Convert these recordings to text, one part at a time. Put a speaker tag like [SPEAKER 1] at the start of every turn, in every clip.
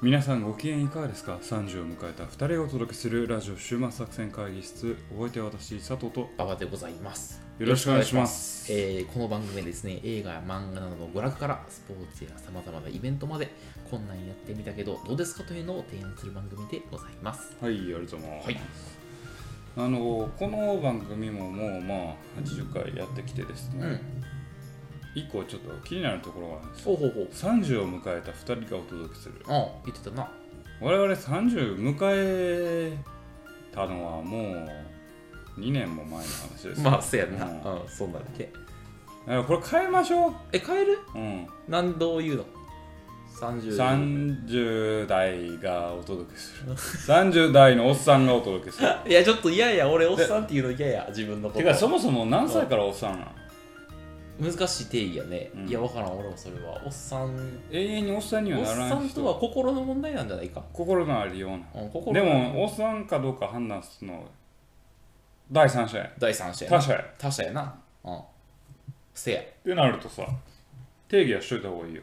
[SPEAKER 1] 皆さんご機嫌いかがですか ?30 を迎えた2人がお届けするラジオ終末作戦会議室お相手は私佐藤と
[SPEAKER 2] 馬場でございます。
[SPEAKER 1] よろしくお願いします
[SPEAKER 2] えーこの番組はですね、映画や漫画などの娯楽からスポーツやさまざまなイベントまで、こんなんやってみたけど、どうですかというのを提案する番組でございます。
[SPEAKER 1] はいありがとうございます、
[SPEAKER 2] はい、
[SPEAKER 1] あのこの番組ももうまあ80回やってきてです
[SPEAKER 2] う
[SPEAKER 1] ね、
[SPEAKER 2] ん。
[SPEAKER 1] 一個ちょっと気になるところがあるんですよ
[SPEAKER 2] ほうほうほう。
[SPEAKER 1] 30を迎えた2人がお届けする
[SPEAKER 2] あ言ってたな。
[SPEAKER 1] 我々30迎えたのはもう2年も前の話です
[SPEAKER 2] まあ、そうやんな。
[SPEAKER 1] うん
[SPEAKER 2] うん、そうなんだっけ。
[SPEAKER 1] だからこれ変えましょう、
[SPEAKER 2] え、変える
[SPEAKER 1] うん、
[SPEAKER 2] 何度言うの ?30。
[SPEAKER 1] 30代がお届けする30代のおっさんがお届けする
[SPEAKER 2] いや、ちょっと嫌や、俺、おっさんっていうの嫌や、自分のこ
[SPEAKER 1] て
[SPEAKER 2] と。
[SPEAKER 1] かそもそも何歳からおっさんなん
[SPEAKER 2] 難しい定義やね。
[SPEAKER 1] うん
[SPEAKER 2] いや、わからん、俺もそれは。おっさん、
[SPEAKER 1] 永遠におっさんには
[SPEAKER 2] おっ
[SPEAKER 1] なら
[SPEAKER 2] さ
[SPEAKER 1] ない
[SPEAKER 2] ん
[SPEAKER 1] 人
[SPEAKER 2] とは心の問題なんじゃないか。
[SPEAKER 1] 心のあるような
[SPEAKER 2] うん、心
[SPEAKER 1] で
[SPEAKER 2] の
[SPEAKER 1] もおっさんかどうか判断するのは第三者や
[SPEAKER 2] 第三者やな
[SPEAKER 1] 他者やっ
[SPEAKER 2] 他者やなうんせや
[SPEAKER 1] てなるとさ定義はしといた方がいいよ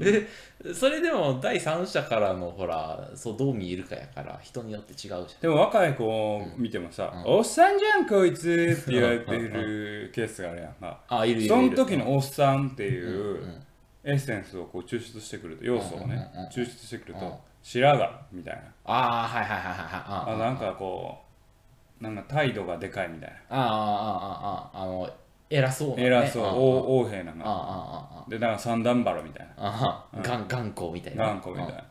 [SPEAKER 2] えそれでも第三者からのほらそうどう見えるかやから人によって違うじゃん
[SPEAKER 1] でも若い子を見てもさ「
[SPEAKER 2] う
[SPEAKER 1] おっさんじゃんこいつ」って言われてるケースがあるやんか
[SPEAKER 2] あいるいるいる
[SPEAKER 1] その時のおっさんって
[SPEAKER 2] う
[SPEAKER 1] い
[SPEAKER 2] んう
[SPEAKER 1] うんエッセンスをこう抽出してくると要素をね
[SPEAKER 2] うんうんうん
[SPEAKER 1] 抽出してくる
[SPEAKER 2] うん
[SPEAKER 1] と白髪みたいな
[SPEAKER 2] ああはいはいはいはいはい
[SPEAKER 1] あ
[SPEAKER 2] うん
[SPEAKER 1] なんかこうなんか態度がでかいみたいな
[SPEAKER 2] あああああああの偉そうなね
[SPEAKER 1] 偉そう
[SPEAKER 2] あ
[SPEAKER 1] 横兵な
[SPEAKER 2] ああ
[SPEAKER 1] の
[SPEAKER 2] あああ
[SPEAKER 1] でなんか三段腹みたいな
[SPEAKER 2] ああがん頑固みたいな
[SPEAKER 1] 頑固みたい
[SPEAKER 2] うん
[SPEAKER 1] な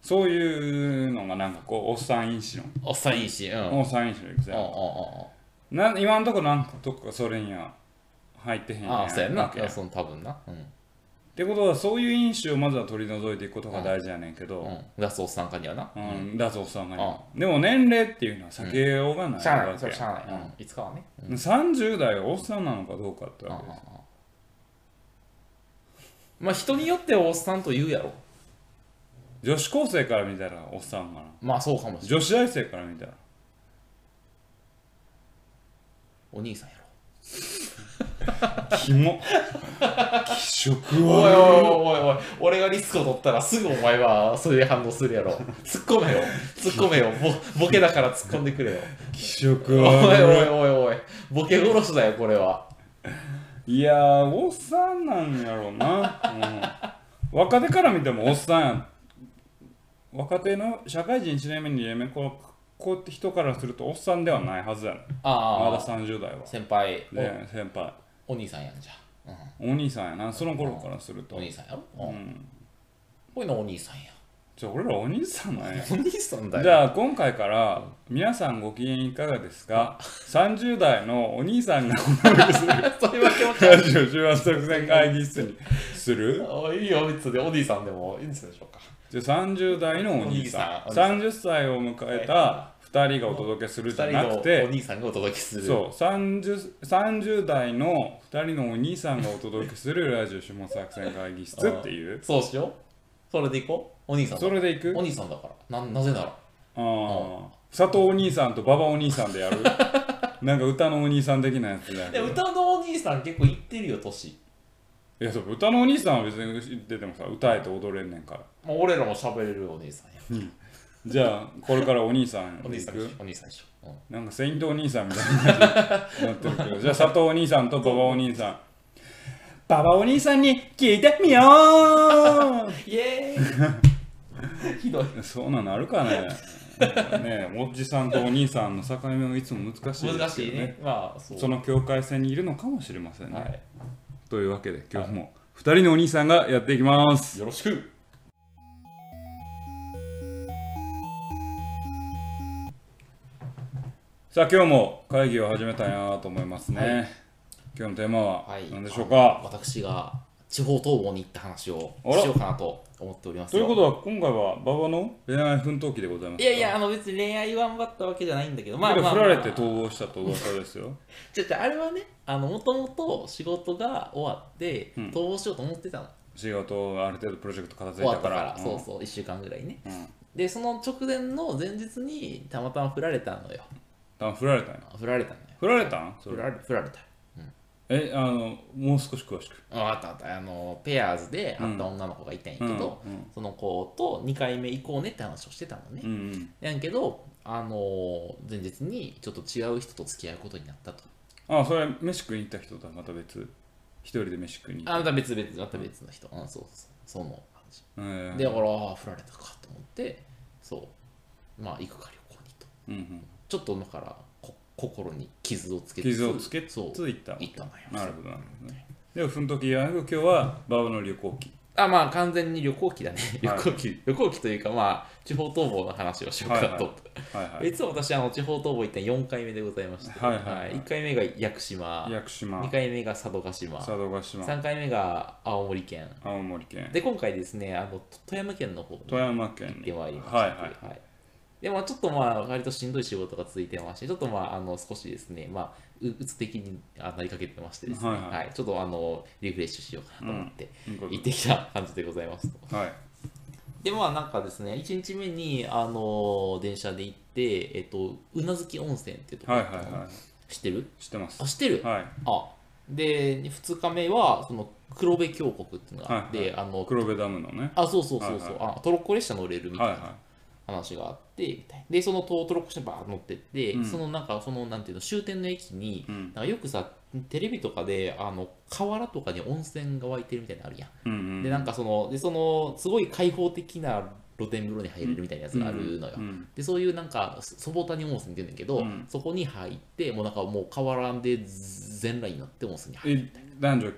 [SPEAKER 1] そういうのがなんかこうおっさん因子
[SPEAKER 2] おっさんいいしうんうんうん
[SPEAKER 1] のおっさん因子のエクゼ
[SPEAKER 2] う
[SPEAKER 1] ル
[SPEAKER 2] ん
[SPEAKER 1] な今んとこなんかどっかそれには入ってへん
[SPEAKER 2] うん
[SPEAKER 1] やん
[SPEAKER 2] ああそうやんな
[SPEAKER 1] わけやん
[SPEAKER 2] その多分なうん
[SPEAKER 1] ってことはそういう因子をまずは取り除いていくことが大事やねんけ
[SPEAKER 2] う
[SPEAKER 1] ど、
[SPEAKER 2] ん出すおっさんかにはな
[SPEAKER 1] うんだとおっさんがね
[SPEAKER 2] あ
[SPEAKER 1] でも年齢っていうのは避けようがない
[SPEAKER 2] しゃあな
[SPEAKER 1] わ
[SPEAKER 2] い
[SPEAKER 1] け
[SPEAKER 2] それしゃあ
[SPEAKER 1] や
[SPEAKER 2] ないうんいつかはね
[SPEAKER 1] うん30代はおっさんなのかどうかって
[SPEAKER 2] うんう
[SPEAKER 1] わ
[SPEAKER 2] んう
[SPEAKER 1] け
[SPEAKER 2] ん
[SPEAKER 1] です
[SPEAKER 2] まあ人によってはおっさんと言うやろ
[SPEAKER 1] 女子高生から見たらおっさんかな
[SPEAKER 2] まあそうかもしれな
[SPEAKER 1] 女
[SPEAKER 2] い。
[SPEAKER 1] 子大生から見たら
[SPEAKER 2] お兄さんやろ。
[SPEAKER 1] キモ気色
[SPEAKER 2] おい
[SPEAKER 1] は
[SPEAKER 2] おいおいおい、俺がリスクを取ったらすぐお前はそういう反応する やろ。突っ込めよ。突っ込めよ。ボボケだから突っ込んでく れよ。
[SPEAKER 1] 気色
[SPEAKER 2] おいおい
[SPEAKER 1] は
[SPEAKER 2] おいおい、ボケ殺しだよ、これは。
[SPEAKER 1] いやーおっさんなんやろうな、うん、若手から見てもおっさんや若手の社会人1年目2年目こうこうやって人からするとおっさんではないはずやねんま
[SPEAKER 2] あ
[SPEAKER 1] だ
[SPEAKER 2] あ、
[SPEAKER 1] 30代は
[SPEAKER 2] 先輩、
[SPEAKER 1] ね先輩
[SPEAKER 2] おお兄さんやんじゃ。うん
[SPEAKER 1] お兄さんやなその頃からすると
[SPEAKER 2] お兄さんやろ
[SPEAKER 1] う
[SPEAKER 2] うん
[SPEAKER 1] ん
[SPEAKER 2] こういうのお兄さんや。
[SPEAKER 1] じゃあ俺らお兄さんなんや
[SPEAKER 2] お兄さんだよ。
[SPEAKER 1] じゃあ今回から皆さんご機嫌いかがですか30代のお兄さんが
[SPEAKER 2] それは 気持ち悪
[SPEAKER 1] ラ
[SPEAKER 2] い。
[SPEAKER 1] ジオ中和作戦会議室にする
[SPEAKER 2] あいいよ、別にお兄さんでもいいんじゃないでしょうか。
[SPEAKER 1] じゃあ30代のお兄さん
[SPEAKER 2] お兄さん
[SPEAKER 1] 30歳を迎えた2人がお届けする
[SPEAKER 2] 二
[SPEAKER 1] じゃ
[SPEAKER 2] 人
[SPEAKER 1] な
[SPEAKER 2] の
[SPEAKER 1] く
[SPEAKER 2] お
[SPEAKER 1] て
[SPEAKER 2] 兄さんがお届けする。
[SPEAKER 1] そう 30, 30代の2人のお兄さんがお届けするラジオ下作戦会議室っていう
[SPEAKER 2] そうしよう。それでいこう。お兄さんだ
[SPEAKER 1] それでいく
[SPEAKER 2] お兄さんだから。ななぜなら。
[SPEAKER 1] ああ佐藤お兄さんと馬場お兄さんで やるなんか歌のお兄さん的なやつだ
[SPEAKER 2] で
[SPEAKER 1] よ
[SPEAKER 2] 歌のお兄さん結構言ってるよ、年。
[SPEAKER 1] いやそう歌のお兄さんは別に言っててもさ歌えて踊れんねんから
[SPEAKER 2] もう俺らも喋れるお兄さんや。
[SPEAKER 1] じゃあこれからお兄さん
[SPEAKER 2] お
[SPEAKER 1] に行
[SPEAKER 2] 兄さんでし
[SPEAKER 1] く
[SPEAKER 2] ょ。お兄さんでしょ。うん
[SPEAKER 1] なんかセイントお兄さんみたいな感じになってるけ ど、じゃあ佐藤お兄さんと馬場お兄さん。馬場お兄さんに聞いてみよ
[SPEAKER 2] イエーイ ひどい。
[SPEAKER 1] うそんなのあるか ねなんかねおじさんとお兄さんの境目はいつも難しいですけどね。
[SPEAKER 2] 難しいね。まあ、そう。
[SPEAKER 1] その境界線にいるのかもしれませんね。
[SPEAKER 2] はい。
[SPEAKER 1] というわけで今日も2人のお兄さんがやっていきます。
[SPEAKER 2] よろしく。
[SPEAKER 1] さあ今日も会議を始めたいなと思いますね。
[SPEAKER 2] は
[SPEAKER 1] 今日のテーマは
[SPEAKER 2] はい。
[SPEAKER 1] 何でしょうか、
[SPEAKER 2] あ私が地方逃亡に行った話を
[SPEAKER 1] あら
[SPEAKER 2] しようかなと思っております
[SPEAKER 1] と
[SPEAKER 2] よ。
[SPEAKER 1] いうことは今回は馬場の恋愛奮闘記でございます
[SPEAKER 2] いやいや、あの別に恋愛頑張ったわけじゃないんだけど、まあまあ、まあ。
[SPEAKER 1] 振られて逃亡したと噂です よ。
[SPEAKER 2] ちょちょあれはねあのもともと仕事が終わって
[SPEAKER 1] うん
[SPEAKER 2] 逃亡しようと思ってたの、
[SPEAKER 1] 仕事がある程度プロジェクト片付
[SPEAKER 2] 終
[SPEAKER 1] い
[SPEAKER 2] わ
[SPEAKER 1] た
[SPEAKER 2] ったか
[SPEAKER 1] からら、
[SPEAKER 2] そうそう1週間ぐらいね
[SPEAKER 1] うん、うん、
[SPEAKER 2] でその直前の前日にたまたま振られたのよ
[SPEAKER 1] だから振られたんや
[SPEAKER 2] 振られたのよ
[SPEAKER 1] 振られたんそ
[SPEAKER 2] 振
[SPEAKER 1] れ
[SPEAKER 2] られ振られた
[SPEAKER 1] えあのもう少し詳しく
[SPEAKER 2] ああったあったあのペアーズで会った女の子がいたんやけど、
[SPEAKER 1] うんうん
[SPEAKER 2] その子と2回目行こうねって話をしてたのね、
[SPEAKER 1] うん
[SPEAKER 2] やんけどあのー前日にちょっと違う人と付き合うことになったと
[SPEAKER 1] うんあそれ飯食いに行った人とはまた別一人で飯食いに行っ
[SPEAKER 2] あまた別々また別の人うんそうそうその話
[SPEAKER 1] たえー
[SPEAKER 2] でだからああ振られたかと思ってそうまあ行くか旅行にと
[SPEAKER 1] うんうん
[SPEAKER 2] ちょっとだからこ心に傷をつけつつ
[SPEAKER 1] 傷をつけつつ
[SPEAKER 2] そう
[SPEAKER 1] 行ったわけ
[SPEAKER 2] 行ったのよ
[SPEAKER 1] なるほどなるほどねでもその時は今日は馬場の旅行記
[SPEAKER 2] あまあ完全に旅行機だね旅
[SPEAKER 1] はい
[SPEAKER 2] 行機、旅行機というかまあ地方逃亡の話をしようかなと、
[SPEAKER 1] はいはい
[SPEAKER 2] い
[SPEAKER 1] はい
[SPEAKER 2] つも私あの地方逃亡行った4回目でございまして、
[SPEAKER 1] はいはいはい
[SPEAKER 2] 1回目が屋久島
[SPEAKER 1] 屋久島
[SPEAKER 2] 2回目が佐渡島
[SPEAKER 1] 佐渡島
[SPEAKER 2] 3回目が青森県
[SPEAKER 1] 青森県
[SPEAKER 2] で今回ですねあのと富山県の方に
[SPEAKER 1] 富山
[SPEAKER 2] 行
[SPEAKER 1] 県
[SPEAKER 2] っ
[SPEAKER 1] に
[SPEAKER 2] てまいりました
[SPEAKER 1] はいはい
[SPEAKER 2] はいでまあ、ちょっとまあ割としんどい仕事が続いてましてちょっとまああの少しですねまあううつ的にあなりかけてましてですね、
[SPEAKER 1] は
[SPEAKER 2] はいい
[SPEAKER 1] はい
[SPEAKER 2] ちょっとあのリフレッシュしようかなと思って
[SPEAKER 1] うんいいこと
[SPEAKER 2] 行ってきた感じでございますと、
[SPEAKER 1] はい
[SPEAKER 2] でまあなんかですね1日目にあの電車で行ってえっと宇奈月温泉っていうとこ
[SPEAKER 1] は
[SPEAKER 2] ろ
[SPEAKER 1] いはいは
[SPEAKER 2] 知ってる
[SPEAKER 1] い知ってます
[SPEAKER 2] あ知ってる、
[SPEAKER 1] はい
[SPEAKER 2] あで2日目はその黒部峡谷っていうのがあって、
[SPEAKER 1] はい
[SPEAKER 2] あの
[SPEAKER 1] 黒部ダムのね
[SPEAKER 2] あそうそうそうそう、
[SPEAKER 1] はい
[SPEAKER 2] あトロッコ列車乗れるみた
[SPEAKER 1] はいい
[SPEAKER 2] な
[SPEAKER 1] は
[SPEAKER 2] 話があってみたいなでそのトトロッコ列車バーッ乗ってって、
[SPEAKER 1] うん
[SPEAKER 2] そのなんかそのなんていうの終点の駅に、
[SPEAKER 1] うん
[SPEAKER 2] なんかよくさテレビとかであの河原とかに温泉が湧いてるみたいなのあるやん、
[SPEAKER 1] いうんうん
[SPEAKER 2] でなんかそのでそのすごい開放的な露天風呂に入れるみたいなやつがあるのよ、
[SPEAKER 1] うんうん
[SPEAKER 2] でそういうなんかそぼたに温泉って言うんだけど、
[SPEAKER 1] うん
[SPEAKER 2] そこに入ってもうなんかもう河原で全裸になって温泉に入る
[SPEAKER 1] え男女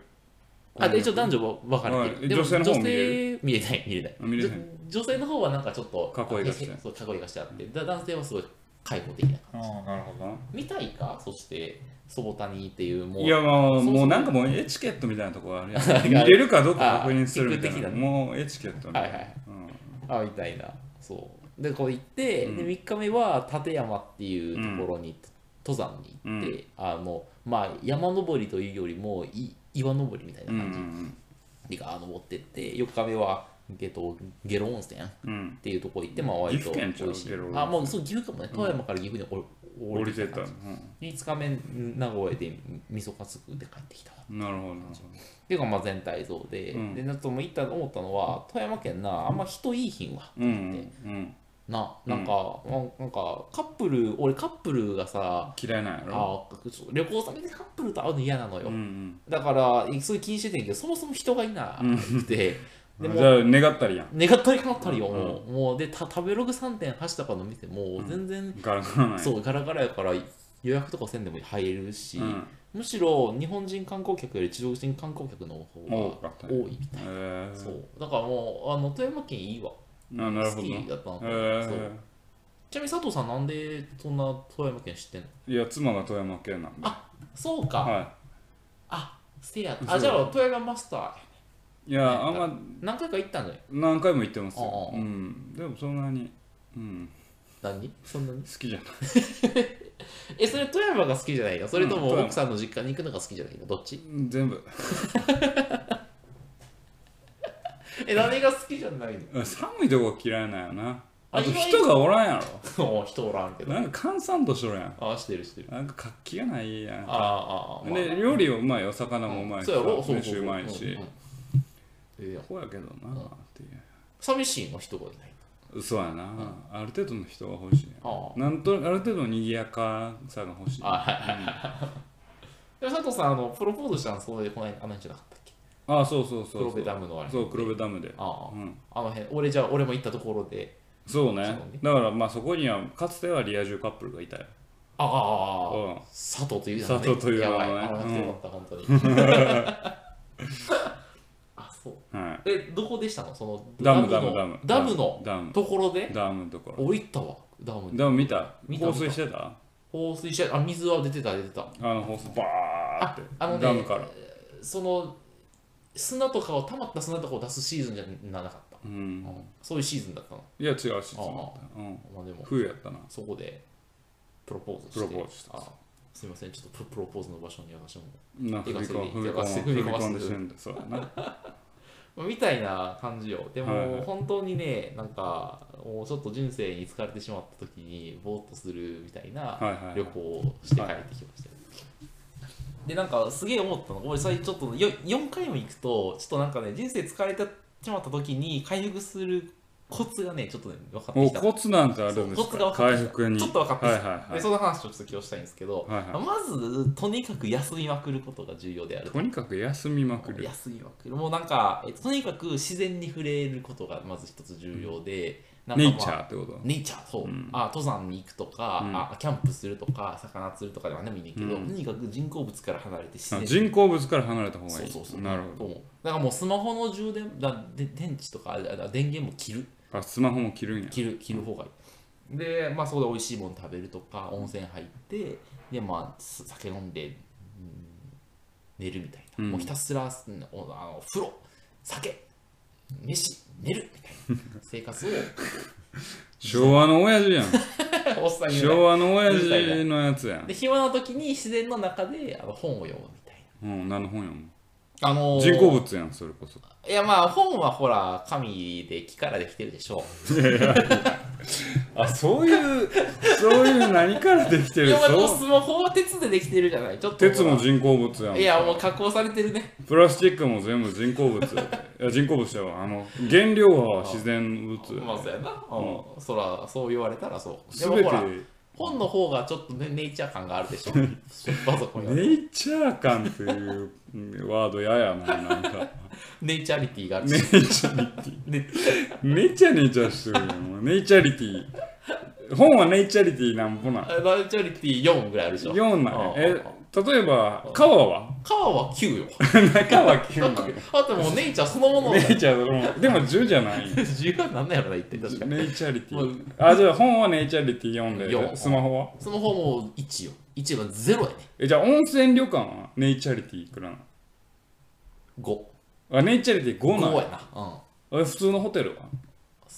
[SPEAKER 2] あで一応男女も分かれて
[SPEAKER 1] はい
[SPEAKER 2] るでも
[SPEAKER 1] 女性の方
[SPEAKER 2] 女性見れない見れない
[SPEAKER 1] あ見れない
[SPEAKER 2] じょ女性の方はなんかちょっと
[SPEAKER 1] 囲いがして
[SPEAKER 2] へへそう囲いがしてあってだ男性はすごい開放的な
[SPEAKER 1] ああなるほどな
[SPEAKER 2] みたいかそしてそぼたにっていうもう
[SPEAKER 1] いやまあ
[SPEAKER 2] そうそう
[SPEAKER 1] もうなんかもうエチケットみたいなとこあるや ん
[SPEAKER 2] あ
[SPEAKER 1] 見れるかどうか確認するみたい
[SPEAKER 2] あーテク的
[SPEAKER 1] な
[SPEAKER 2] なね
[SPEAKER 1] もうエチケットみたいな
[SPEAKER 2] はいはい
[SPEAKER 1] うん
[SPEAKER 2] あみたいなそうでこう行って、
[SPEAKER 1] うん
[SPEAKER 2] で3日目は立山っていうところに、登山に行って、あのまあ山登りというよりもい岩登りみたいな
[SPEAKER 1] うん
[SPEAKER 2] 感じでガーッ登ってって4日目は、えっと、ゲロ温泉っ
[SPEAKER 1] うんうん
[SPEAKER 2] ていうところ行って、まあ、割
[SPEAKER 1] 岐
[SPEAKER 2] と
[SPEAKER 1] 阜県ちゃう
[SPEAKER 2] 美味しい
[SPEAKER 1] ゲロ温泉
[SPEAKER 2] あもうそう岐阜かもね富山から岐阜にお
[SPEAKER 1] うん降りてった
[SPEAKER 2] 感
[SPEAKER 1] う
[SPEAKER 2] じ
[SPEAKER 1] ん
[SPEAKER 2] で5日目名古屋でみそかつくで帰ってきた
[SPEAKER 1] なるほどな
[SPEAKER 2] っていうかまあ全体像で、
[SPEAKER 1] うん
[SPEAKER 2] でなんとも行った思ったのは富山県なあんま人いいひんわ
[SPEAKER 1] うんうん
[SPEAKER 2] ななんか、なんなんかカップル俺カップルがさ
[SPEAKER 1] 嫌いなんやろ
[SPEAKER 2] あそう旅行先でカップルと会うの嫌なのよ、
[SPEAKER 1] うんうん
[SPEAKER 2] だからえそれ気にしててんけどそもそも人がいなくて、
[SPEAKER 1] じゃ
[SPEAKER 2] でも
[SPEAKER 1] あ願ったりやん
[SPEAKER 2] 願ったりかなったりよ、もうもうでた食べログ3.8とかの店も全然、
[SPEAKER 1] ガラガラない
[SPEAKER 2] そうガラガラやから予約とかせんでも入れるし、
[SPEAKER 1] うん
[SPEAKER 2] むしろ日本人観光客より中国人観光客の
[SPEAKER 1] 多
[SPEAKER 2] 方
[SPEAKER 1] か
[SPEAKER 2] が
[SPEAKER 1] った
[SPEAKER 2] 多
[SPEAKER 1] ね
[SPEAKER 2] いみたいな、
[SPEAKER 1] へえ
[SPEAKER 2] そうだからもうあの富山県いいわ
[SPEAKER 1] あなるほ
[SPEAKER 2] 好
[SPEAKER 1] どな
[SPEAKER 2] きだったの、
[SPEAKER 1] へ
[SPEAKER 2] そうちなみに佐藤さんなんでそんな富山県知ってんの
[SPEAKER 1] えいや妻が富山県なんで
[SPEAKER 2] あそうか、
[SPEAKER 1] は
[SPEAKER 2] あせや
[SPEAKER 1] そう
[SPEAKER 2] あじゃあ富山マスター
[SPEAKER 1] いいやあんま
[SPEAKER 2] 何回か行ったんじゃない
[SPEAKER 1] 何回も言ってますよ
[SPEAKER 2] あ
[SPEAKER 1] う
[SPEAKER 2] あ
[SPEAKER 1] んでもそんなにうん
[SPEAKER 2] 何そんなに
[SPEAKER 1] 好きじゃない
[SPEAKER 2] えそれ富山が好きじゃないのそれと
[SPEAKER 1] うん富
[SPEAKER 2] も
[SPEAKER 1] 山
[SPEAKER 2] 奥さんの実家に行くのが好きじゃないのどっち
[SPEAKER 1] 全部
[SPEAKER 2] え何が好きじゃない
[SPEAKER 1] 寒いとこ嫌いなんやな
[SPEAKER 2] あ
[SPEAKER 1] あと
[SPEAKER 2] 意外
[SPEAKER 1] 人がおらんや
[SPEAKER 2] の もう人おらんけ
[SPEAKER 1] ろ
[SPEAKER 2] ど
[SPEAKER 1] なんか閑散としとるやん
[SPEAKER 2] あしてるしてる
[SPEAKER 1] なんか活気がないやん
[SPEAKER 2] ああああ、まあ、
[SPEAKER 1] で料理はうまいよ魚もうまいし
[SPEAKER 2] そうやろそう
[SPEAKER 1] 飯
[SPEAKER 2] そうそうう
[SPEAKER 1] まいし
[SPEAKER 2] うんうんええやん
[SPEAKER 1] こうやけどなあってい
[SPEAKER 2] 寂しいの人がいないう
[SPEAKER 1] 嘘やなある程度の人が欲しいや
[SPEAKER 2] あ
[SPEAKER 1] んなんとある程度の賑やかさが欲しい
[SPEAKER 2] あ
[SPEAKER 1] あ
[SPEAKER 2] はいはいはいでも佐藤さんあのプロポーズしたのそうでこの間あの辺じゃなかったっけ
[SPEAKER 1] あそうそうそう
[SPEAKER 2] 黒部
[SPEAKER 1] そう
[SPEAKER 2] ダムのあれ
[SPEAKER 1] そう黒部ダムで
[SPEAKER 2] ああ、
[SPEAKER 1] うん
[SPEAKER 2] あの辺俺じゃあ俺も行ったところで
[SPEAKER 1] そう
[SPEAKER 2] そう
[SPEAKER 1] ね
[SPEAKER 2] ね
[SPEAKER 1] だからまあそこにはかつてはリア充カップルがいたよ
[SPEAKER 2] ああああああ
[SPEAKER 1] うん
[SPEAKER 2] 佐藤という名前
[SPEAKER 1] 佐藤という名前
[SPEAKER 2] やばいあ
[SPEAKER 1] う
[SPEAKER 2] の
[SPEAKER 1] ん
[SPEAKER 2] 人よかった、本当に あそう
[SPEAKER 1] はい
[SPEAKER 2] えどこでしたのその
[SPEAKER 1] ダムダム
[SPEAKER 2] の
[SPEAKER 1] ダム
[SPEAKER 2] ダムの
[SPEAKER 1] ダム
[SPEAKER 2] ところで
[SPEAKER 1] ダムのところ
[SPEAKER 2] お行ったわダムに
[SPEAKER 1] ダム見た
[SPEAKER 2] 見た
[SPEAKER 1] 放水してた
[SPEAKER 2] 放水車あ水は出てた出てた
[SPEAKER 1] あの放水バーって
[SPEAKER 2] ああのね
[SPEAKER 1] ダムから
[SPEAKER 2] その砂とかを溜まった砂とかを出すシーズンじゃなかった、
[SPEAKER 1] うん
[SPEAKER 2] うんそういうシーズンだったの、
[SPEAKER 1] いや違うしつもったうん
[SPEAKER 2] まあ、でも
[SPEAKER 1] 冬やったな
[SPEAKER 2] そこでプロポーズして
[SPEAKER 1] プロポーズした
[SPEAKER 2] あすいませんちょっとププロポーズの場所に私も、
[SPEAKER 1] な
[SPEAKER 2] 手
[SPEAKER 1] 踏
[SPEAKER 2] が
[SPEAKER 1] み込
[SPEAKER 2] 滑
[SPEAKER 1] む
[SPEAKER 2] り
[SPEAKER 1] 踏み
[SPEAKER 2] 手
[SPEAKER 1] 込ん
[SPEAKER 2] が滑
[SPEAKER 1] で
[SPEAKER 2] り
[SPEAKER 1] 死んでそうやな
[SPEAKER 2] まあみたいな感じよでも、
[SPEAKER 1] はいはい
[SPEAKER 2] 本当にねなんかもうちょっと人生に疲れてしまった時にぼーっとするみたいな
[SPEAKER 1] はいはい
[SPEAKER 2] 旅行をして帰ってきましたよ、でなんかすげえ思ったの俺それちょっとよ4回も行くとちょっとなんかね人生疲れてしまった時に回復するコツがねちょっとね分かって
[SPEAKER 1] お
[SPEAKER 2] きた
[SPEAKER 1] コツなんてあるんで
[SPEAKER 2] そう
[SPEAKER 1] す
[SPEAKER 2] コツが
[SPEAKER 1] か
[SPEAKER 2] 分かっ
[SPEAKER 1] 回
[SPEAKER 2] てきた
[SPEAKER 1] 復に
[SPEAKER 2] ちょっと分かってき
[SPEAKER 1] は
[SPEAKER 2] た
[SPEAKER 1] いはいは
[SPEAKER 2] で
[SPEAKER 1] い
[SPEAKER 2] その話をちょっと今日したいんですけど、
[SPEAKER 1] はいはい
[SPEAKER 2] まずとにかく休みまくることが重要である
[SPEAKER 1] とにかく休みまくる
[SPEAKER 2] 休みまくるもうなんか、えっと、とにかく自然に触れることがまず一つ重要で、
[SPEAKER 1] ネ
[SPEAKER 2] なん
[SPEAKER 1] イ
[SPEAKER 2] か
[SPEAKER 1] チ
[SPEAKER 2] ま
[SPEAKER 1] ャ
[SPEAKER 2] あ
[SPEAKER 1] ーってこと
[SPEAKER 2] ネイチャーそう、
[SPEAKER 1] うん
[SPEAKER 2] あ登山に行くとか、
[SPEAKER 1] うん
[SPEAKER 2] あキャンプするとか魚釣るとかではでもいいねんけど、
[SPEAKER 1] うん
[SPEAKER 2] とにかく人工物から離れて自然
[SPEAKER 1] あ
[SPEAKER 2] に
[SPEAKER 1] 人工物から離れた方が
[SPEAKER 2] そう
[SPEAKER 1] い
[SPEAKER 2] そうそう
[SPEAKER 1] いなるほ
[SPEAKER 2] と思うだからもうスマホの充電だで電池とかああ電源も切る
[SPEAKER 1] どあスマホも切るんや
[SPEAKER 2] 切る切る方がいいでまあそこで美味しいもの食べるとか温泉入ってでまあす酒飲んで、うん寝るみたいな、
[SPEAKER 1] うん
[SPEAKER 2] もうひたすらうんおあの風呂酒飯寝るみたいな 生活を
[SPEAKER 1] 昭和の親父 やん
[SPEAKER 2] おっさん言うね
[SPEAKER 1] 昭和の親父のやつやん
[SPEAKER 2] で暇な時に自然の中であの本を読むみたい
[SPEAKER 1] うん何の本やもん
[SPEAKER 2] なあのー
[SPEAKER 1] 人工物やんそれこそ
[SPEAKER 2] いやまあ本はほら紙で木からできてるでしょ
[SPEAKER 1] あそういうそういう何からできて
[SPEAKER 2] い
[SPEAKER 1] る
[SPEAKER 2] やまあでも
[SPEAKER 1] そう
[SPEAKER 2] スマホは鉄でできてるじゃないちょっと
[SPEAKER 1] 鉄も
[SPEAKER 2] ほ
[SPEAKER 1] 人工物や
[SPEAKER 2] ら
[SPEAKER 1] ん
[SPEAKER 2] いやもう加工されてるね
[SPEAKER 1] プラスチックも全部人工物やでいや人工物ちゃうわあの原料は自然物
[SPEAKER 2] まあそうやな、うん、そらそう言われたらそうで
[SPEAKER 1] 全
[SPEAKER 2] も
[SPEAKER 1] て
[SPEAKER 2] ほら本の方がちょっとねネイチャー感がある でしょパソコンより
[SPEAKER 1] ネイチャー感っていううんワードややななんか
[SPEAKER 2] ネイチャリティがある
[SPEAKER 1] ネイ
[SPEAKER 2] し、
[SPEAKER 1] チャリティ
[SPEAKER 2] ね、
[SPEAKER 1] めちゃネイチャーしてるやんもうネイチャリティ本はネイチャリティなんぼなん
[SPEAKER 2] あネイチャリティ4ぐらいあるでしょ
[SPEAKER 1] 4なんやえ例えば川は
[SPEAKER 2] 川は9よ
[SPEAKER 1] 中は9なんや
[SPEAKER 2] あともうネイチャーそのものだよ
[SPEAKER 1] ネイチャーだろでも10じゃない
[SPEAKER 2] 10は何なんやろな一体確かに
[SPEAKER 1] ネイチャリテ
[SPEAKER 2] もう
[SPEAKER 1] ィあじゃあ本はネイチャリティ読ん
[SPEAKER 2] 四
[SPEAKER 1] でスマホは
[SPEAKER 2] その方も1よ1が0やね
[SPEAKER 1] えじゃあ温泉旅館はネイチャリティいくらな
[SPEAKER 2] 55
[SPEAKER 1] のあネイチャリティ5なの
[SPEAKER 2] やな、うん、
[SPEAKER 1] え普通のホテルは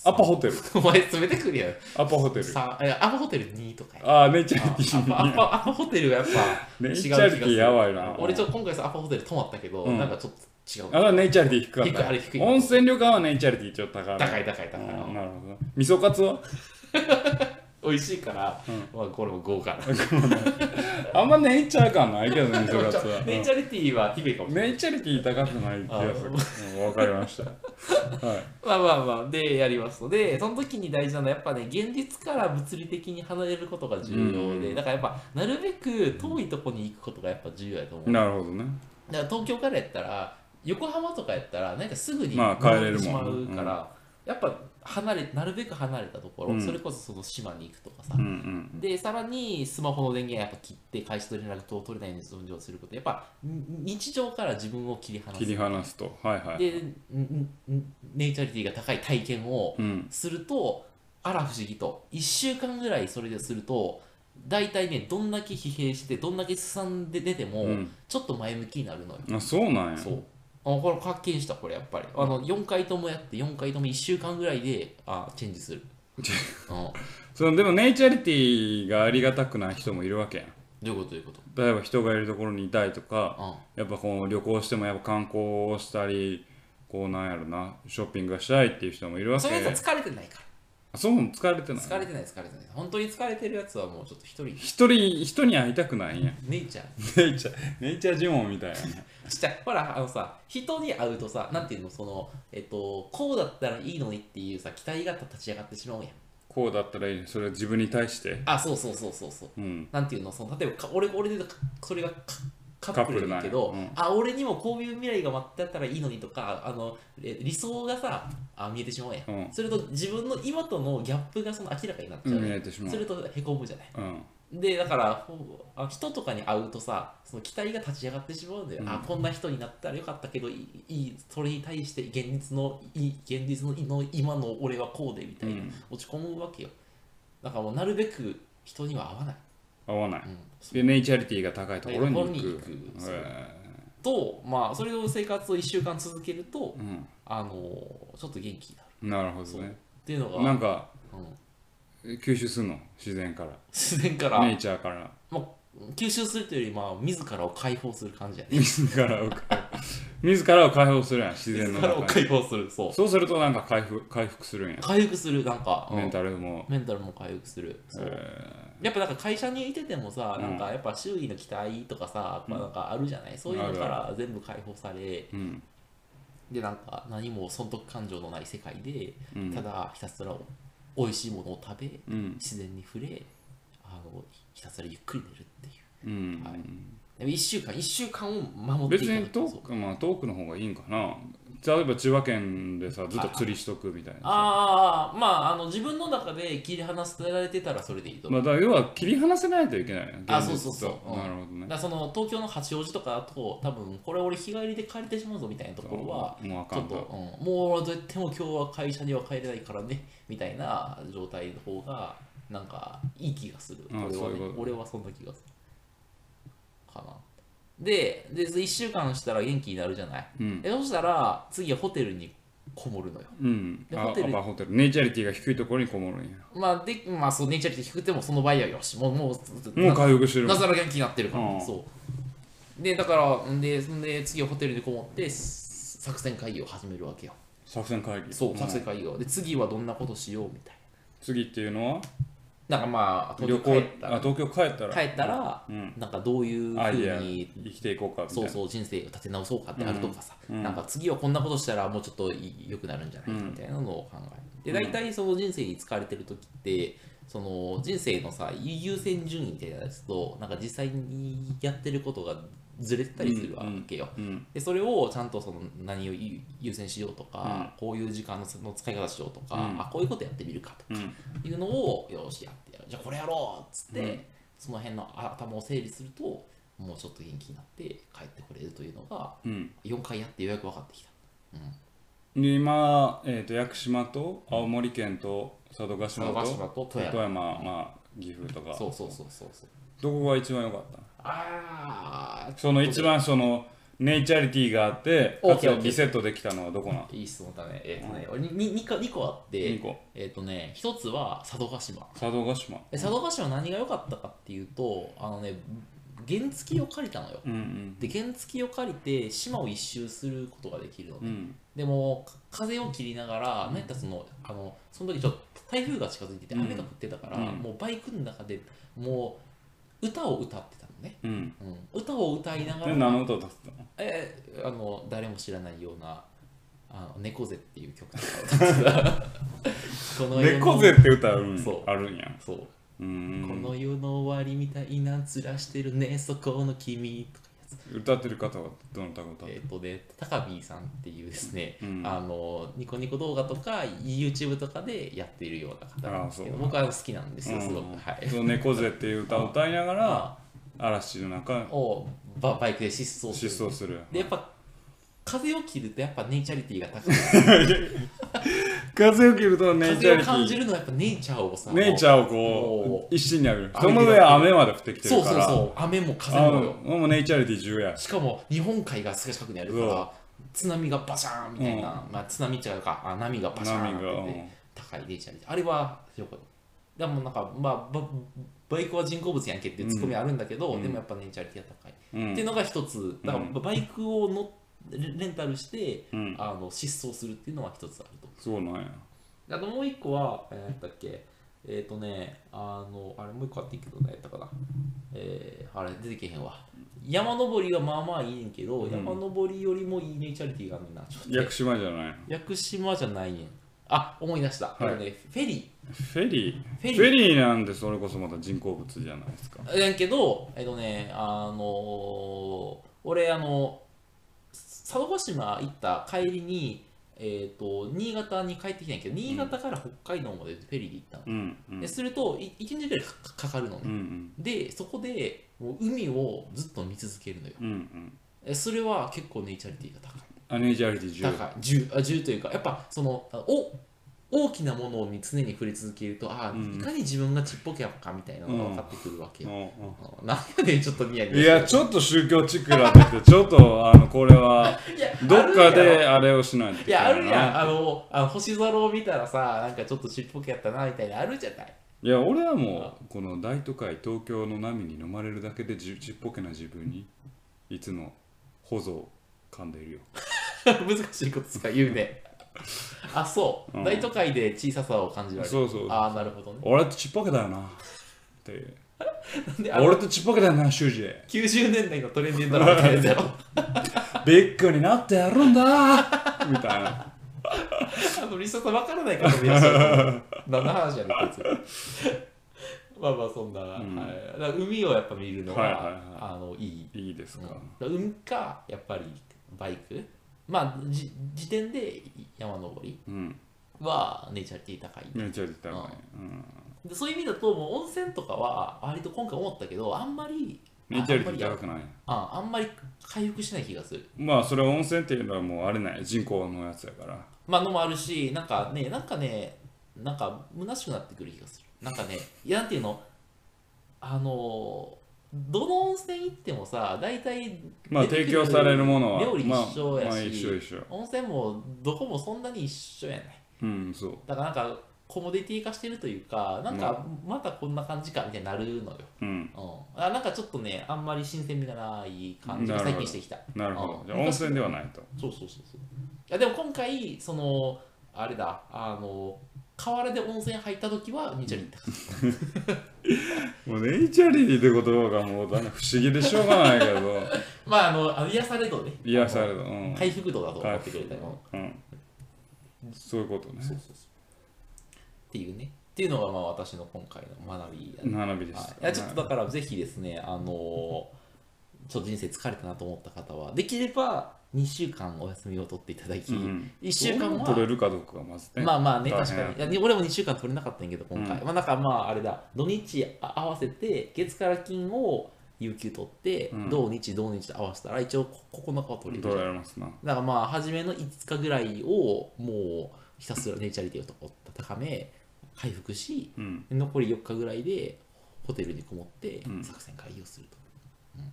[SPEAKER 1] アパホテル
[SPEAKER 2] お前詰めてくるやん
[SPEAKER 1] アパホテル
[SPEAKER 2] さえアパホテル2とか や
[SPEAKER 1] あネイチャ
[SPEAKER 2] あア
[SPEAKER 1] リティ
[SPEAKER 2] パアパアパホテルがやっぱ
[SPEAKER 1] ネイ
[SPEAKER 2] 違う
[SPEAKER 1] チ
[SPEAKER 2] 気がす
[SPEAKER 1] ャ
[SPEAKER 2] る
[SPEAKER 1] リティやばいな
[SPEAKER 2] 俺ちょっと今回さアパホテル泊まったけど、
[SPEAKER 1] うん
[SPEAKER 2] なんかちょっと違う
[SPEAKER 1] あだからネイチャリティ低かっ
[SPEAKER 2] 低いあ
[SPEAKER 1] た
[SPEAKER 2] れ低い
[SPEAKER 1] 温泉旅館はネイチャリティちょっと高い
[SPEAKER 2] 高い高い
[SPEAKER 1] あ
[SPEAKER 2] 高い、
[SPEAKER 1] ーなるほど味噌カツは
[SPEAKER 2] 美味しいから、まあ、これも豪華 な
[SPEAKER 1] あんまネイチャー感ないけどね味 噌カ ツは
[SPEAKER 2] ネイチャリティは低いかも
[SPEAKER 1] うん
[SPEAKER 2] しれない、
[SPEAKER 1] ネイチャリティ高くない気がするうんわかりましたはい
[SPEAKER 2] まあまあまあでやりますのでその時に大事なのはやっぱね現実から物理的に離れることが重要で、
[SPEAKER 1] うん
[SPEAKER 2] だからやっぱなるべく遠いとこに行くことがやっぱ重要やと思う、だか
[SPEAKER 1] なるほどね
[SPEAKER 2] ら東京からやったら横浜とかやったらなんかすぐに
[SPEAKER 1] まあ帰れる
[SPEAKER 2] 戻ってし
[SPEAKER 1] も
[SPEAKER 2] ま
[SPEAKER 1] ん
[SPEAKER 2] うから、やっぱ離れなるべく離れたところ、
[SPEAKER 1] うん
[SPEAKER 2] それこそその島に行くとかさ、
[SPEAKER 1] うんうん
[SPEAKER 2] でさらにスマホの電源やっぱ切って会社と連絡を取れないように存することやっぱん日常から自分を切り離す
[SPEAKER 1] 切り離すとはいはい
[SPEAKER 2] でんんんネイチャリティが高い体験を
[SPEAKER 1] うん
[SPEAKER 2] すると、あら不思議と1週間ぐらいそれですると大体ねどんだけ疲弊してどんだけすさんで出ても、
[SPEAKER 1] うん
[SPEAKER 2] ちょっと前向きになるのよ、
[SPEAKER 1] あそうなんや
[SPEAKER 2] そうあこれ発見したこれやっぱりあの4回ともやって4回とも1週間ぐらいであチェンジする、うん、
[SPEAKER 1] そのでもネイチャリティがありがたくない人もいるわけやん
[SPEAKER 2] どういうことどういうこと
[SPEAKER 1] 例えば人がいるところにいたいとか
[SPEAKER 2] うん
[SPEAKER 1] やっぱこう旅行してもやっぱ観光をしたりこうなんやろなショッピングがしたいっていう人もいるわけ
[SPEAKER 2] そういうやつは疲れてないから
[SPEAKER 1] あそうも疲れてない
[SPEAKER 2] 疲れてない疲れてない本当に疲れてるやつはもうちょっと一人
[SPEAKER 1] 一人人に会いたくないんや
[SPEAKER 2] 姉ちゃん
[SPEAKER 1] ネイチャーネイチャー呪文みたいな
[SPEAKER 2] ちっちゃいほらあのさ人に会うとさなんていうのそのえっとこうだったらいいのにっていうさ期待が立ち上がってしまうやん
[SPEAKER 1] こうだったらいいねそれは自分に対して
[SPEAKER 2] あそうそうそうそうそう
[SPEAKER 1] うん
[SPEAKER 2] なんていうのその例えばか俺俺で言うとかそれがかカップルだけど、
[SPEAKER 1] カップルなんや
[SPEAKER 2] あ俺にもこういう未来が待ってあったらいいのにとかあのえ理想がさあ見えてしまうやん、
[SPEAKER 1] うん
[SPEAKER 2] それと自分の今とのギャップがその明らかになっちゃう
[SPEAKER 1] 見
[SPEAKER 2] やん、
[SPEAKER 1] えてしま
[SPEAKER 2] す
[SPEAKER 1] う
[SPEAKER 2] るとへこむじゃない
[SPEAKER 1] うん
[SPEAKER 2] でだからほあ人とかに会うとさその期待が立ち上がってしまうんだよ、
[SPEAKER 1] うん
[SPEAKER 2] あこんな人になったらよかったけどいいいいそれに対して現実のいい現実のの今の俺はこうでみたいな、
[SPEAKER 1] うん
[SPEAKER 2] 落ち込むわけよだからもうなるべく人には会わない、
[SPEAKER 1] 合わない
[SPEAKER 2] うん、
[SPEAKER 1] でネイチャリティが高いところに行く
[SPEAKER 2] ところに行くそう
[SPEAKER 1] へ
[SPEAKER 2] とまあそれを生活を1週間続けると
[SPEAKER 1] えうん
[SPEAKER 2] あのーちょっと元気になる
[SPEAKER 1] なるほどね
[SPEAKER 2] っていうのが
[SPEAKER 1] なんか
[SPEAKER 2] うん
[SPEAKER 1] 吸収するの自然か
[SPEAKER 2] 自然から
[SPEAKER 1] ネイ
[SPEAKER 2] ら
[SPEAKER 1] チャーから
[SPEAKER 2] 吸収するというよりまあ自らを解放する感じやね
[SPEAKER 1] 自らを 自らを解放するやん自然の
[SPEAKER 2] 自らを
[SPEAKER 1] 中に
[SPEAKER 2] 解放するそう
[SPEAKER 1] そうするとなんか回復回復するんや
[SPEAKER 2] 回復するなんか、うん
[SPEAKER 1] メンタルも
[SPEAKER 2] メンタルも回復する。そう
[SPEAKER 1] え
[SPEAKER 2] やっぱなんか会社にいててもさ、
[SPEAKER 1] うん
[SPEAKER 2] なんかやっぱ周囲の期待とかさ、まあなんかあるじゃないそういうのから全部解放され、
[SPEAKER 1] うん
[SPEAKER 2] でなんか何も損得感情のない世界で、
[SPEAKER 1] うん
[SPEAKER 2] ただひたすら美味しいものを食べ、
[SPEAKER 1] うん
[SPEAKER 2] 自然に触れ、あのひたすらゆっくり寝るっていう。
[SPEAKER 1] うん
[SPEAKER 2] はいでも1週間、1週間を守っ
[SPEAKER 1] 別
[SPEAKER 2] ていかな
[SPEAKER 1] に
[SPEAKER 2] きゃ
[SPEAKER 1] 遠
[SPEAKER 2] そう
[SPEAKER 1] くまあ遠くの方がいいんかな例えば千葉県でさずっと釣りしとくみたいなさ
[SPEAKER 2] ああ、まあ、あの自分の中で切り離せられてたらそれでいいと思
[SPEAKER 1] ま
[SPEAKER 2] う。
[SPEAKER 1] あだから要は切り離せないといけないよね
[SPEAKER 2] あ
[SPEAKER 1] 現
[SPEAKER 2] そう
[SPEAKER 1] 実と
[SPEAKER 2] そうそううん
[SPEAKER 1] なるほどね
[SPEAKER 2] だからその東京の八王子とかだと、多分これ俺日帰りで帰れてしまうぞみたいなところは、
[SPEAKER 1] もうあ
[SPEAKER 2] ち
[SPEAKER 1] か
[SPEAKER 2] ょっ
[SPEAKER 1] ん
[SPEAKER 2] と、
[SPEAKER 1] と
[SPEAKER 2] うん、もうどうやっても今日は会社には帰れないからねみたいな状態の方が、なんかいい気がする。
[SPEAKER 1] あ
[SPEAKER 2] 俺は,、ね、
[SPEAKER 1] そういうこと
[SPEAKER 2] 俺はそんな気がする。かな。で、で1週間したら元気になるじゃない。
[SPEAKER 1] うん
[SPEAKER 2] えそしたら、次はホテルにこもるのよ。
[SPEAKER 1] うん
[SPEAKER 2] で
[SPEAKER 1] あ
[SPEAKER 2] ホテル
[SPEAKER 1] アパホテルネイチャリティが低いところにこもるんや
[SPEAKER 2] まあ、で、まあ、そう、ネイチャリティ低くても、その場合はよし。もう、もう、
[SPEAKER 1] もう回復してる
[SPEAKER 2] なぜなら元気になってるから、
[SPEAKER 1] うん
[SPEAKER 2] そう。で、だから、んで、そんで、次はホテルでこもって、s- 作戦会議を始めるわけよ。
[SPEAKER 1] 作戦会議
[SPEAKER 2] そう、
[SPEAKER 1] ん
[SPEAKER 2] 作戦会議を。で、次はどんなことしようみたい
[SPEAKER 1] 次っていうのは
[SPEAKER 2] な。なんかまあ、
[SPEAKER 1] 旅
[SPEAKER 2] 東京
[SPEAKER 1] 行
[SPEAKER 2] 帰った
[SPEAKER 1] あ
[SPEAKER 2] ら、
[SPEAKER 1] 東京帰ったら
[SPEAKER 2] 帰ったら、
[SPEAKER 1] うん
[SPEAKER 2] なんかどういう
[SPEAKER 1] ア
[SPEAKER 2] ふ
[SPEAKER 1] イデア
[SPEAKER 2] うに
[SPEAKER 1] 生きていこうかみたい
[SPEAKER 2] そう
[SPEAKER 1] な
[SPEAKER 2] そう人生を立て直そうかってあるとかさ、
[SPEAKER 1] うん
[SPEAKER 2] なんか次はこんなことしたらもうちょっとい良くなるんじゃないかみたいなのを考える、
[SPEAKER 1] うん
[SPEAKER 2] で大体その人生に疲れてる時ってその人生のさ優先順位みたいなやつとなんか実際にやってることがずれてたりするわけよ、
[SPEAKER 1] うん
[SPEAKER 2] でそれをちゃんとその何を優優先しようとか、こういう時間のその使い方しようとか、
[SPEAKER 1] うん
[SPEAKER 2] あこういうことやってみるか
[SPEAKER 1] う
[SPEAKER 2] と
[SPEAKER 1] ん
[SPEAKER 2] いうのをよしやってやるじゃあこれやろうっつって、
[SPEAKER 1] うん
[SPEAKER 2] その辺の頭を整理するともうちょっと元気になって帰ってこれるというのが
[SPEAKER 1] うん
[SPEAKER 2] 4回やってようやく分かってきた
[SPEAKER 1] で今、えー、と屋久島と青森県と佐渡島
[SPEAKER 2] 佐渡島
[SPEAKER 1] と
[SPEAKER 2] と
[SPEAKER 1] 富
[SPEAKER 2] 富
[SPEAKER 1] 山
[SPEAKER 2] 山
[SPEAKER 1] まあ、岐阜とか
[SPEAKER 2] そうそうそうそうそう
[SPEAKER 1] どこが一番良かった
[SPEAKER 2] ああ
[SPEAKER 1] その一番そのネイチャリティがあって
[SPEAKER 2] オ
[SPEAKER 1] か
[SPEAKER 2] ーケー
[SPEAKER 1] つリセットできたのはどこなん
[SPEAKER 2] いい質問だねえっ、とね俺に 2, 個二個あって
[SPEAKER 1] 二個
[SPEAKER 2] えっ、とね一つは佐渡島
[SPEAKER 1] 佐渡島
[SPEAKER 2] え佐渡島何が良かったかっていうとあのね原付を借りたのよ
[SPEAKER 1] うん
[SPEAKER 2] で原付を借りて島を一周することができるのね
[SPEAKER 1] うんうん
[SPEAKER 2] でもか風を切りながら、なんやったらそのあのその時ちょっと台風が近づいてて
[SPEAKER 1] うん
[SPEAKER 2] 雨が降ってたから、
[SPEAKER 1] うん
[SPEAKER 2] もうバイクの中でもう歌を歌ってたのね、
[SPEAKER 1] うん
[SPEAKER 2] うん、歌を歌いなが
[SPEAKER 1] で
[SPEAKER 2] ら、
[SPEAKER 1] 何の音だったの
[SPEAKER 2] えーあの誰も知らないような「あの猫背」っていう曲とかを歌 ってたこの世の
[SPEAKER 1] 猫背って歌あるん
[SPEAKER 2] そう
[SPEAKER 1] あるんや
[SPEAKER 2] そう、
[SPEAKER 1] う
[SPEAKER 2] こ
[SPEAKER 1] ん
[SPEAKER 2] の世の終わりみたいな面してるねそこの君」とかやつ
[SPEAKER 1] 歌ってる方はどの歌を歌って
[SPEAKER 2] え
[SPEAKER 1] る
[SPEAKER 2] っとね、高ビーさんっていうですね、
[SPEAKER 1] うん
[SPEAKER 2] あのニコニコ動画とか YouTube とかでやっているような方なんですけ
[SPEAKER 1] あ
[SPEAKER 2] ど
[SPEAKER 1] あそう
[SPEAKER 2] 僕は好きなんですよすご
[SPEAKER 1] う
[SPEAKER 2] く、
[SPEAKER 1] ん
[SPEAKER 2] はい
[SPEAKER 1] その猫背っていう歌を歌いながら
[SPEAKER 2] あ
[SPEAKER 1] 嵐の中
[SPEAKER 2] をババイクで疾走す
[SPEAKER 1] 疾
[SPEAKER 2] る
[SPEAKER 1] 走する
[SPEAKER 2] でやっぱ風を切るとやっぱネイチャリティが高い
[SPEAKER 1] 風を切ると ネイチャリ
[SPEAKER 2] 風を
[SPEAKER 1] テ
[SPEAKER 2] 感
[SPEAKER 1] ィ
[SPEAKER 2] じるのはやっぱネイチャーをさ
[SPEAKER 1] ネイチャーをこ
[SPEAKER 2] も
[SPEAKER 1] う一心に浴びる
[SPEAKER 2] 浴
[SPEAKER 1] そ
[SPEAKER 2] びて
[SPEAKER 1] の
[SPEAKER 2] る
[SPEAKER 1] 上雨まで降ってきて
[SPEAKER 2] そ
[SPEAKER 1] る
[SPEAKER 2] う
[SPEAKER 1] か
[SPEAKER 2] そう
[SPEAKER 1] ら
[SPEAKER 2] そう雨も風
[SPEAKER 1] あ
[SPEAKER 2] もよ
[SPEAKER 1] のもうネイチャリティ重や
[SPEAKER 2] しかも日本海がすぐ近くにあるか
[SPEAKER 1] う
[SPEAKER 2] ら
[SPEAKER 1] わ
[SPEAKER 2] 津波がバシャーンみたいな、まあ津波違うかあ波がバシャーンっ
[SPEAKER 1] 波
[SPEAKER 2] て
[SPEAKER 1] が
[SPEAKER 2] なってて高い電車であれはよかったでもなんかまあババイクは人工物やんけっていうツッコミあるんだけど、
[SPEAKER 1] うん
[SPEAKER 2] でもやっぱネイチャリティが高い、
[SPEAKER 1] うんう
[SPEAKER 2] っていうんのが一つだから
[SPEAKER 1] うん
[SPEAKER 2] バイクをのレンタルして、
[SPEAKER 1] うん
[SPEAKER 2] あの疾走するっていうのは一つあると
[SPEAKER 1] そうなんや
[SPEAKER 2] あともう一個は、えー、なんだっけ、えっ、とね、あの、あれもう一個あっていいけどね、やったかな。えー、あれ出てけへんわ。山登りはまあまあいいねんけど、
[SPEAKER 1] ん
[SPEAKER 2] 山登りよりもいいネイチャリティがあるねんな、ちょっと。
[SPEAKER 1] 屋久島じゃない
[SPEAKER 2] 屋久島じゃないねん。あ、思い出した。あのね、フェリ
[SPEAKER 1] フェリー
[SPEAKER 2] フェリー
[SPEAKER 1] なんでそれこそまた人工物じゃないですか
[SPEAKER 2] ー。やんけど、えっ、とね、あのー俺、あの、佐渡島行った帰りに、えっ、と、新潟に帰ってきたんやけど、新潟から北海道までフェリーで行ったの。
[SPEAKER 1] うんうん
[SPEAKER 2] でするとい1日ぐらいかかかるのね、
[SPEAKER 1] うん
[SPEAKER 2] でそこでもう海をずっと見続けるのよ
[SPEAKER 1] うんうんうん
[SPEAKER 2] えそれは結構ネイチャリティが高い
[SPEAKER 1] あネイチャリティ重
[SPEAKER 2] 高い10あ10というかやっぱそのあお大きなものに常に触れ続けるとああ、
[SPEAKER 1] うん
[SPEAKER 2] いかに自分がちっぽけやかみたいなのが分かってくるわけよ、
[SPEAKER 1] うん
[SPEAKER 2] あなんかねちょっとニヤ
[SPEAKER 1] う
[SPEAKER 2] ニ
[SPEAKER 1] ん
[SPEAKER 2] ヤ
[SPEAKER 1] い
[SPEAKER 2] してる
[SPEAKER 1] やちょっと宗教チックなっててちょっとあのこれはい
[SPEAKER 2] や
[SPEAKER 1] どっか
[SPEAKER 2] あるやろ
[SPEAKER 1] であれをしないとい
[SPEAKER 2] い
[SPEAKER 1] け
[SPEAKER 2] や
[SPEAKER 1] な
[SPEAKER 2] あ
[SPEAKER 1] い
[SPEAKER 2] るやんあのあの星空を見たらさなんかちょっとちっぽけやったなみたいなあるじゃない
[SPEAKER 1] いや俺はもうこの大都会東京の波に飲まれるだけでじちっぽけな自分にいつも保存を噛んでいるよ
[SPEAKER 2] 難しいことしか言うねあそう、
[SPEAKER 1] うん
[SPEAKER 2] 大都会で小ささを感じられる
[SPEAKER 1] そうそう
[SPEAKER 2] ああなるほどね
[SPEAKER 1] 俺ってちっぽけだよなって
[SPEAKER 2] なんであの
[SPEAKER 1] 俺とちっぽけだな修二
[SPEAKER 2] 90年代のトレンディードラマみた いなやつやろ
[SPEAKER 1] ビッグになってやるんだみたいな
[SPEAKER 2] あのリサさん分からない方もいらっしゃると思う何の話やねんこいつ まあまあそんな、
[SPEAKER 1] ん
[SPEAKER 2] はいだから海をやっぱ見るのは,、
[SPEAKER 1] はいはいはい
[SPEAKER 2] あのいい
[SPEAKER 1] いいですか、
[SPEAKER 2] うん、海かやっぱりバイクまあじ時点で山登り
[SPEAKER 1] うん、
[SPEAKER 2] はネイチャリティ高い
[SPEAKER 1] めっちゃ出たね、うん、
[SPEAKER 2] でそういう意味だともう温泉とかは割と今回思ったけどあんまり
[SPEAKER 1] ネイチャリティ
[SPEAKER 2] あ
[SPEAKER 1] 高
[SPEAKER 2] あんまり
[SPEAKER 1] くない
[SPEAKER 2] ああんまり回復しない気がする
[SPEAKER 1] まあそれは温泉っていうのはもうあれない人工のやつやから
[SPEAKER 2] まあのもあるしなんかねなんかねなんか虚しくなってくる気がするなんかねいやなんていうのあのどの温泉行ってもさ大体
[SPEAKER 1] まあ
[SPEAKER 2] 出て
[SPEAKER 1] 提
[SPEAKER 2] く
[SPEAKER 1] 供されるものは
[SPEAKER 2] 料理
[SPEAKER 1] まあ
[SPEAKER 2] 一緒や
[SPEAKER 1] ま
[SPEAKER 2] し、
[SPEAKER 1] あ一緒一緒
[SPEAKER 2] 温泉もどこもそんなに一緒やね
[SPEAKER 1] うんそう
[SPEAKER 2] だからなんかコモディティ化してるというかなんかまたこんな感じかみたいになるのよ、
[SPEAKER 1] うん
[SPEAKER 2] うん、あなんかちょっとねあんまり新鮮味がない感じが
[SPEAKER 1] なるほど
[SPEAKER 2] 最近してきた
[SPEAKER 1] なるほど
[SPEAKER 2] あ
[SPEAKER 1] じゃあ温泉ではないと
[SPEAKER 2] そうそうそうそういやでも今回そのあれだあの河原で温泉入った時はめちゃり
[SPEAKER 1] もうネイチャリティって言葉がもうだね不思議でしょうがないけど
[SPEAKER 2] まああのあの癒され度ね
[SPEAKER 1] 癒され
[SPEAKER 2] あ
[SPEAKER 1] るう
[SPEAKER 2] の
[SPEAKER 1] ん
[SPEAKER 2] 回復度だと思ってくれたよ、
[SPEAKER 1] うんそういうこと
[SPEAKER 2] そう
[SPEAKER 1] ね
[SPEAKER 2] そうそうっていうねっていうのがまあ私の今回の学びやね、
[SPEAKER 1] 花火で
[SPEAKER 2] はい
[SPEAKER 1] す、
[SPEAKER 2] いやちょっとだからぜひですね あのちょっと人生疲れたなと思った方はできれば2週間お休みを取っていただき、
[SPEAKER 1] うん
[SPEAKER 2] 1週間は
[SPEAKER 1] 取れるかどうかがまずね
[SPEAKER 2] まあまあね、
[SPEAKER 1] 大
[SPEAKER 2] 確
[SPEAKER 1] 変
[SPEAKER 2] かに。いやで俺も2週間取れなかったんやけど、今回。
[SPEAKER 1] うん
[SPEAKER 2] まあ、なんかまあ、あれだ、土日あ合わせて、月から金を有給取って、
[SPEAKER 1] うん
[SPEAKER 2] 土日、土日と合わせたら、一応こ9日は取れる
[SPEAKER 1] 取
[SPEAKER 2] じゃん。
[SPEAKER 1] られますな
[SPEAKER 2] だからまあ、初めの5日ぐらいを、もう、ひたすらネイチャリティをと高め、回復し、
[SPEAKER 1] うん
[SPEAKER 2] 残り4日ぐらいで、ホテルにこもって
[SPEAKER 1] う、ん
[SPEAKER 2] 作戦会議をすると。うん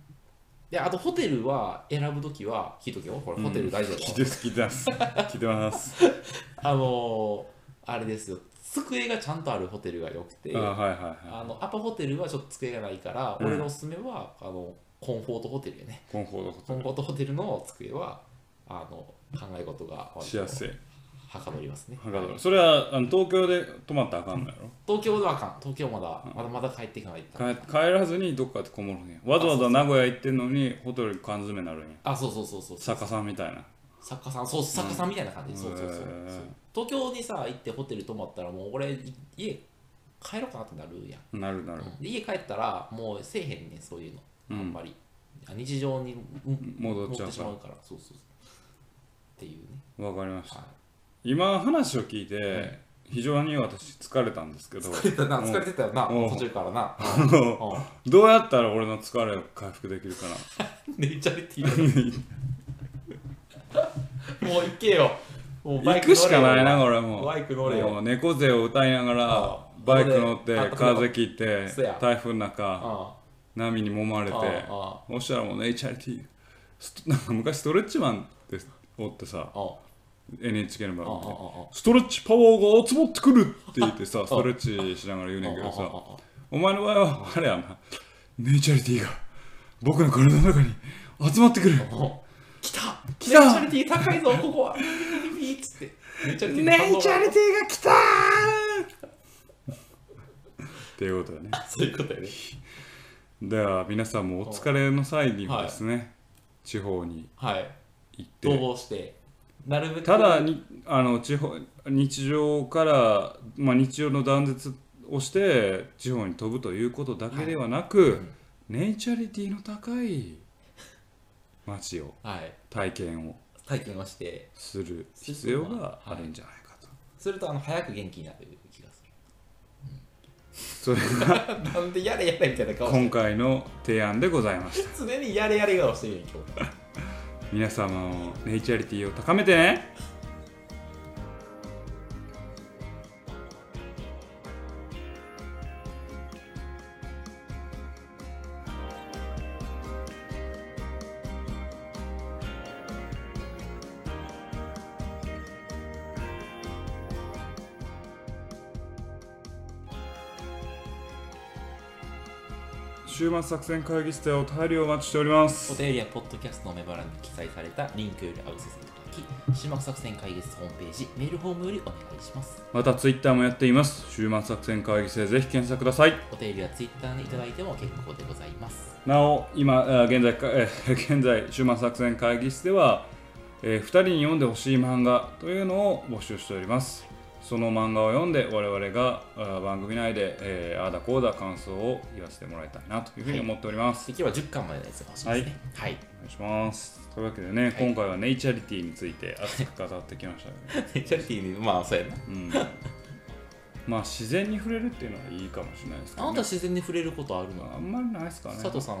[SPEAKER 2] で、あと、ホテルは選ぶときは、聞いとけよ。これ、ホテル大事だと
[SPEAKER 1] 聞いてます聞いてます聞いてます
[SPEAKER 2] あのーあれですよ机がちゃんとあるホテルが良くて
[SPEAKER 1] あ
[SPEAKER 2] あ
[SPEAKER 1] はいはいは
[SPEAKER 2] のアパホテルはちょっと机がないから、
[SPEAKER 1] うん
[SPEAKER 2] 俺のおすすめはあのコンフォートホテルやね
[SPEAKER 1] いコンフォート
[SPEAKER 2] コ
[SPEAKER 1] ホ
[SPEAKER 2] ン
[SPEAKER 1] テ
[SPEAKER 2] フォートホテルの机はあの考え事が
[SPEAKER 1] ルしやすい
[SPEAKER 2] はかどりますね
[SPEAKER 1] はかどるそれはあの東京で泊まったらあかんのやろ
[SPEAKER 2] 東京ではあかん東京まだ、まだまだ帰っていかないと
[SPEAKER 1] 帰帰らずにどっかでこもるんやわざわざ名古屋行ってんのにホテルに缶詰になるんや
[SPEAKER 2] あそうそうそうそう
[SPEAKER 1] 逆さんみたいな
[SPEAKER 2] 作家さんそう作家さんみたいな感じ、
[SPEAKER 1] うん
[SPEAKER 2] そうそうそう
[SPEAKER 1] へー
[SPEAKER 2] そう東京にさ行ってホテル泊まったらもう俺い家帰ろうかなってなるやん
[SPEAKER 1] なるなる
[SPEAKER 2] うんで家帰ったらもうせえへんねんそういうの、
[SPEAKER 1] うん
[SPEAKER 2] あんまりあ日常にうん
[SPEAKER 1] 戻っち
[SPEAKER 2] 持
[SPEAKER 1] ゃ
[SPEAKER 2] っ
[SPEAKER 1] う
[SPEAKER 2] てしま
[SPEAKER 1] か
[SPEAKER 2] うからそうそうそうっていうね、
[SPEAKER 1] らわかりました
[SPEAKER 2] は
[SPEAKER 1] 今話を聞いて非常に私疲れたんですけど
[SPEAKER 2] い、疲れてたな
[SPEAKER 1] うん
[SPEAKER 2] 疲れてたよな
[SPEAKER 1] うん
[SPEAKER 2] 途中からな
[SPEAKER 1] どうやったら俺の疲れを回復できるかな
[SPEAKER 2] ネイチャリティーだもう行けよも うバイ
[SPEAKER 1] 行
[SPEAKER 2] ク
[SPEAKER 1] くしか
[SPEAKER 2] 乗れ
[SPEAKER 1] ない
[SPEAKER 2] よ
[SPEAKER 1] な俺も
[SPEAKER 2] バイク乗れ
[SPEAKER 1] も
[SPEAKER 2] よ
[SPEAKER 1] う猫背を歌いながら
[SPEAKER 2] うん
[SPEAKER 1] バイク乗っ
[SPEAKER 2] ここ
[SPEAKER 1] て
[SPEAKER 2] で
[SPEAKER 1] 風切って
[SPEAKER 2] そうや
[SPEAKER 1] 台風の
[SPEAKER 2] うん
[SPEAKER 1] 中
[SPEAKER 2] あ
[SPEAKER 1] 波に揉まれて
[SPEAKER 2] あ
[SPEAKER 1] そしたらもうネイチャリティストなん か昔ストレッチマンっておってさ
[SPEAKER 2] あああ
[SPEAKER 1] NHK の番
[SPEAKER 2] あ
[SPEAKER 1] 組で
[SPEAKER 2] あ
[SPEAKER 1] ストレッチパワーが集まってくるって言ってさストレッチしながら言うねんけど
[SPEAKER 2] あ
[SPEAKER 1] さ
[SPEAKER 2] あ
[SPEAKER 1] お前の場合はあれやなネイチャリティが僕の体の中に集まってくる
[SPEAKER 2] お来た
[SPEAKER 1] 来た
[SPEAKER 2] ネイチャリティ高いぞここはピーっつってネイチャリティの反応が
[SPEAKER 1] ティが来たー っていうことだね
[SPEAKER 2] そういうことやね
[SPEAKER 1] では皆さんもお疲れの際にはですね、地方に
[SPEAKER 2] はい
[SPEAKER 1] 行って
[SPEAKER 2] 逃亡してなるべく
[SPEAKER 1] ただにあの地方日常から、まあ、日常の断絶をして地方に飛ぶということだけではなく、
[SPEAKER 2] ん
[SPEAKER 1] ネイチャリティの高い街を
[SPEAKER 2] はい
[SPEAKER 1] 体験を
[SPEAKER 2] 体験をして
[SPEAKER 1] する必要があるんじゃないかと、
[SPEAKER 2] するとあの早く元気になる気がす
[SPEAKER 1] それ
[SPEAKER 2] る なんでやれやれみたいな顔
[SPEAKER 1] が
[SPEAKER 2] して
[SPEAKER 1] 今回の提案でございました
[SPEAKER 2] 常にやれやれ顔してるやん今日
[SPEAKER 1] 皆様もネイチャリティを高めてね週末作戦会議室でお便りをお待ちしております
[SPEAKER 2] お便りやポッドキャストのメモ欄に記載されたリンクよりアクセスできますき、島作戦会議室ホームページ、メールフォームよりお願いします。
[SPEAKER 1] またツイッターもやっています週末作戦会議室でぜひ検索ください
[SPEAKER 2] お便りは Twitter でいただいても結構でございます。
[SPEAKER 1] なお今あ現在かえ ー現在週末作戦会議室では、え2人に読んでほしい漫画というのを募集しておりますその漫画を読んで我々があ番組内で、えーあーだこうだ感想を言わせてもらいたいなというふうに思っております、
[SPEAKER 2] 次は10巻までのやつが欲しいですね。はい。
[SPEAKER 1] お願いしますというわけでね、今回はネイチャリティについて熱く語ってきましたね、
[SPEAKER 2] チャリティーに、まあそうやな。
[SPEAKER 1] うん、まあ自然に触れるっていうのはいいかもしれないですけ
[SPEAKER 2] あな
[SPEAKER 1] ど、
[SPEAKER 2] た
[SPEAKER 1] ね、
[SPEAKER 2] 自然に触れることあるの
[SPEAKER 1] あんまりないですかね
[SPEAKER 2] 佐藤さん、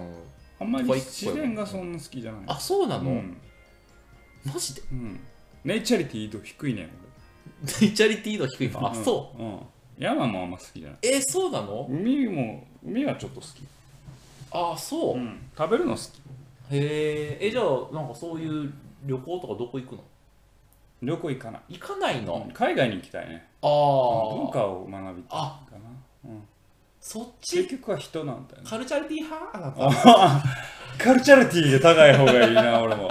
[SPEAKER 1] あんまり
[SPEAKER 2] 怖い
[SPEAKER 1] 自然がそんな好きじゃない
[SPEAKER 2] あ、そうな
[SPEAKER 1] う
[SPEAKER 2] の、
[SPEAKER 1] ん
[SPEAKER 2] マジで
[SPEAKER 1] うん、ネイチャリティー度低いね
[SPEAKER 2] チャリティー度低い
[SPEAKER 1] 俺
[SPEAKER 2] のあ、そう。
[SPEAKER 1] うん、うん、山もあんま好きじゃない
[SPEAKER 2] え、そうなの
[SPEAKER 1] 海も海はちょっと好き、
[SPEAKER 2] あ、そう。
[SPEAKER 1] うん、食べるの好き
[SPEAKER 2] へえ、え、じゃあ、なんかそういう旅行とかどこ行くの
[SPEAKER 1] 旅行行かない
[SPEAKER 2] 行かないの、
[SPEAKER 1] 海外に行きたいね文
[SPEAKER 2] ああ。
[SPEAKER 1] 化を学びたい
[SPEAKER 2] あ、
[SPEAKER 1] かな、うん、
[SPEAKER 2] そっ
[SPEAKER 1] 結
[SPEAKER 2] ち
[SPEAKER 1] 局は人なんだよね
[SPEAKER 2] カルチャリティ派あなた
[SPEAKER 1] カルチャリティーで高い方がいいな俺も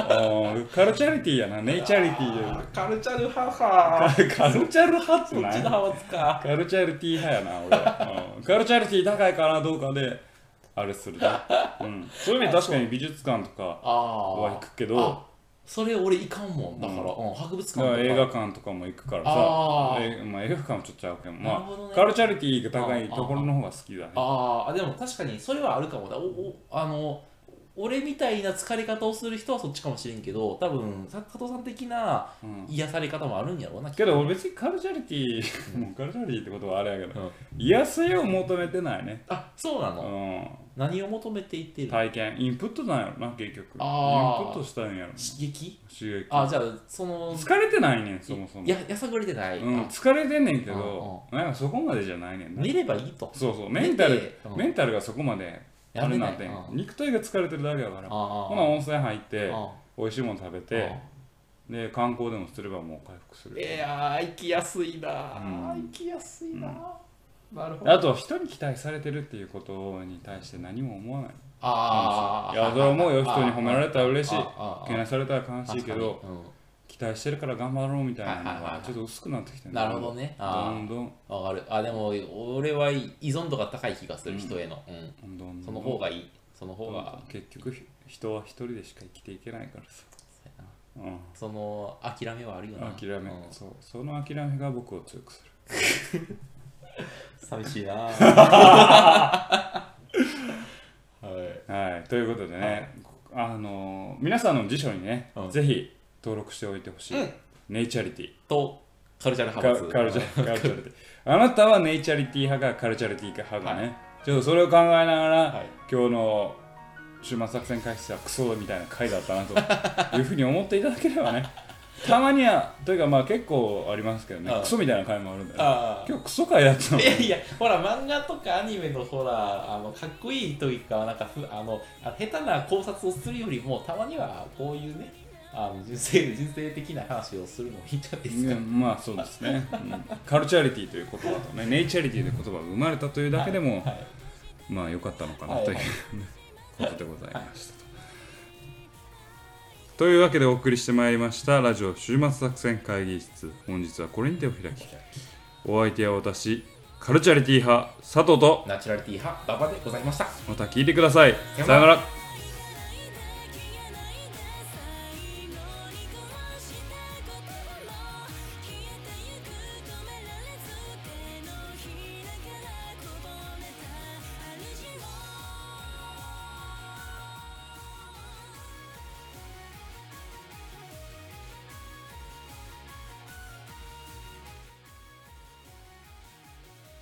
[SPEAKER 1] うんカルチャリティーやなネイチャリティー
[SPEAKER 2] あーカルチャル派か。
[SPEAKER 1] でカルチャル派って
[SPEAKER 2] そっちの
[SPEAKER 1] ない
[SPEAKER 2] 派閥か。
[SPEAKER 1] カルチャリティー派やな俺、うん、カルチャリティー高いかなどうかであれするね、うん、そういう意味で確かに美術館とか
[SPEAKER 2] ああ。
[SPEAKER 1] は行くけど、
[SPEAKER 2] あそれ俺いかんもん。だから、
[SPEAKER 1] う
[SPEAKER 2] うん、博物館と
[SPEAKER 1] だから
[SPEAKER 2] か。
[SPEAKER 1] 映画館とかも行くから
[SPEAKER 2] あ
[SPEAKER 1] さ、
[SPEAKER 2] ー
[SPEAKER 1] えまあ、映画館もちょっとちゃうけど、
[SPEAKER 2] なる
[SPEAKER 1] ま
[SPEAKER 2] ほど
[SPEAKER 1] あ、
[SPEAKER 2] ね
[SPEAKER 1] カルチャリティが高いところの方が好きだね。
[SPEAKER 2] ああ、でも確かにそれはあるかもだ。おおあの俺みたいな疲れ方をする人はそっちかもしれんけど、多分佐藤さん的な
[SPEAKER 1] うん
[SPEAKER 2] 癒され方もあるんやろうな。きっと
[SPEAKER 1] けど俺別にカルチャリティもうカルチャリティってことはあれやけ
[SPEAKER 2] うん
[SPEAKER 1] ど、癒せを求めてないね。
[SPEAKER 2] あそうな
[SPEAKER 1] う
[SPEAKER 2] の、
[SPEAKER 1] ん、
[SPEAKER 2] 何を求めていっているの
[SPEAKER 1] 体験、インプットなんやろな、結局。インプ
[SPEAKER 2] あー
[SPEAKER 1] ットしたんやろ。
[SPEAKER 2] 刺激
[SPEAKER 1] 刺激
[SPEAKER 2] あじゃあ、その、
[SPEAKER 1] 疲れてないねん、そもそも。
[SPEAKER 2] ややさぐれてない。
[SPEAKER 1] うん、
[SPEAKER 2] あ
[SPEAKER 1] 疲れてんねんけど、なんかそこまでじゃないねんな。
[SPEAKER 2] 寝ればいいと。
[SPEAKER 1] そうそう、メンタル、
[SPEAKER 2] 寝てうん
[SPEAKER 1] メンタルがそこまで、あれなんて
[SPEAKER 2] やめない、うん
[SPEAKER 1] 肉体が疲れてるだけだから。
[SPEAKER 2] あ
[SPEAKER 1] ほな温泉入って
[SPEAKER 2] あ
[SPEAKER 1] 美味しいもの食べてで観光でもすればもう回復する
[SPEAKER 2] いやー、行きやすいなー、
[SPEAKER 1] うん
[SPEAKER 2] 行きやすいなー、なるほど。
[SPEAKER 1] あとは人に期待されてるっていうことに対して何も思わない
[SPEAKER 2] あ
[SPEAKER 1] い
[SPEAKER 2] ー
[SPEAKER 1] やそれは思うよ人に褒められたら嬉しい
[SPEAKER 2] あああ
[SPEAKER 1] けなされたら悲しいけど
[SPEAKER 2] 確かに
[SPEAKER 1] 期待してるから頑張ろうみたいなの
[SPEAKER 2] はいはいは
[SPEAKER 1] が
[SPEAKER 2] い
[SPEAKER 1] ちょっと薄くなってきて
[SPEAKER 2] うん
[SPEAKER 1] る
[SPEAKER 2] なるほどね。
[SPEAKER 1] ど
[SPEAKER 2] あ
[SPEAKER 1] んどん
[SPEAKER 2] あ、わかる。あ、でも、俺は依存度が高い気がする、
[SPEAKER 1] うん
[SPEAKER 2] 人への。うん。
[SPEAKER 1] どんどん
[SPEAKER 2] その方がいい。その方が、
[SPEAKER 1] 結局ひ人は一人でしか生きていけないからさ
[SPEAKER 2] そうやな
[SPEAKER 1] うん
[SPEAKER 2] その、諦めはあるよな。
[SPEAKER 1] 諦め、
[SPEAKER 2] うん
[SPEAKER 1] そうその諦めが僕を強くする
[SPEAKER 2] 寂しいなーはい。
[SPEAKER 1] はい、ということでね、あのー皆さんの辞書にね、
[SPEAKER 2] うん
[SPEAKER 1] ぜひ登録しておいてほしい、
[SPEAKER 2] うん
[SPEAKER 1] ネイチャリティ
[SPEAKER 2] と、カルチャル
[SPEAKER 1] カ
[SPEAKER 2] 派閥。
[SPEAKER 1] カルチャカルチャリティあなたはネイチャリティ派かカルチャリティ派かね、ちょっとそれを考えながら、
[SPEAKER 2] はい
[SPEAKER 1] 今日の週末作戦会室はクソみたいな回だったなと いうふうに思っていただければねたまにはというかまあ結構ありますけどね
[SPEAKER 2] うん
[SPEAKER 1] クソみたいな回もあるんだよ、ね、
[SPEAKER 2] ああ。
[SPEAKER 1] 今日クソ回だったの
[SPEAKER 2] いやいや、ほら、漫画とかアニメのほら、あのかっこいいというか、なんかふあのあ下手な考察をするよりも、たまにはこういうね、あの人生人生的な話をするのもいいんじゃないです
[SPEAKER 1] い
[SPEAKER 2] か。
[SPEAKER 1] やまあそうですね、うんカルチャリティという言葉とねネイチャリティという言葉が生まれたというだけでも、
[SPEAKER 2] はい、
[SPEAKER 1] まあ良かったのかな
[SPEAKER 2] はい
[SPEAKER 1] という、
[SPEAKER 2] はい
[SPEAKER 1] ことでございましたと。というわけでお送りしてまいりましたラジオ週末作戦会議室本日はこれに手を開きお相手は私カルチャリティ派佐藤と
[SPEAKER 2] ナチュラリティ派、馬場でございました。
[SPEAKER 1] また聞いてください
[SPEAKER 2] さよう
[SPEAKER 1] さ
[SPEAKER 2] なら
[SPEAKER 1] よなら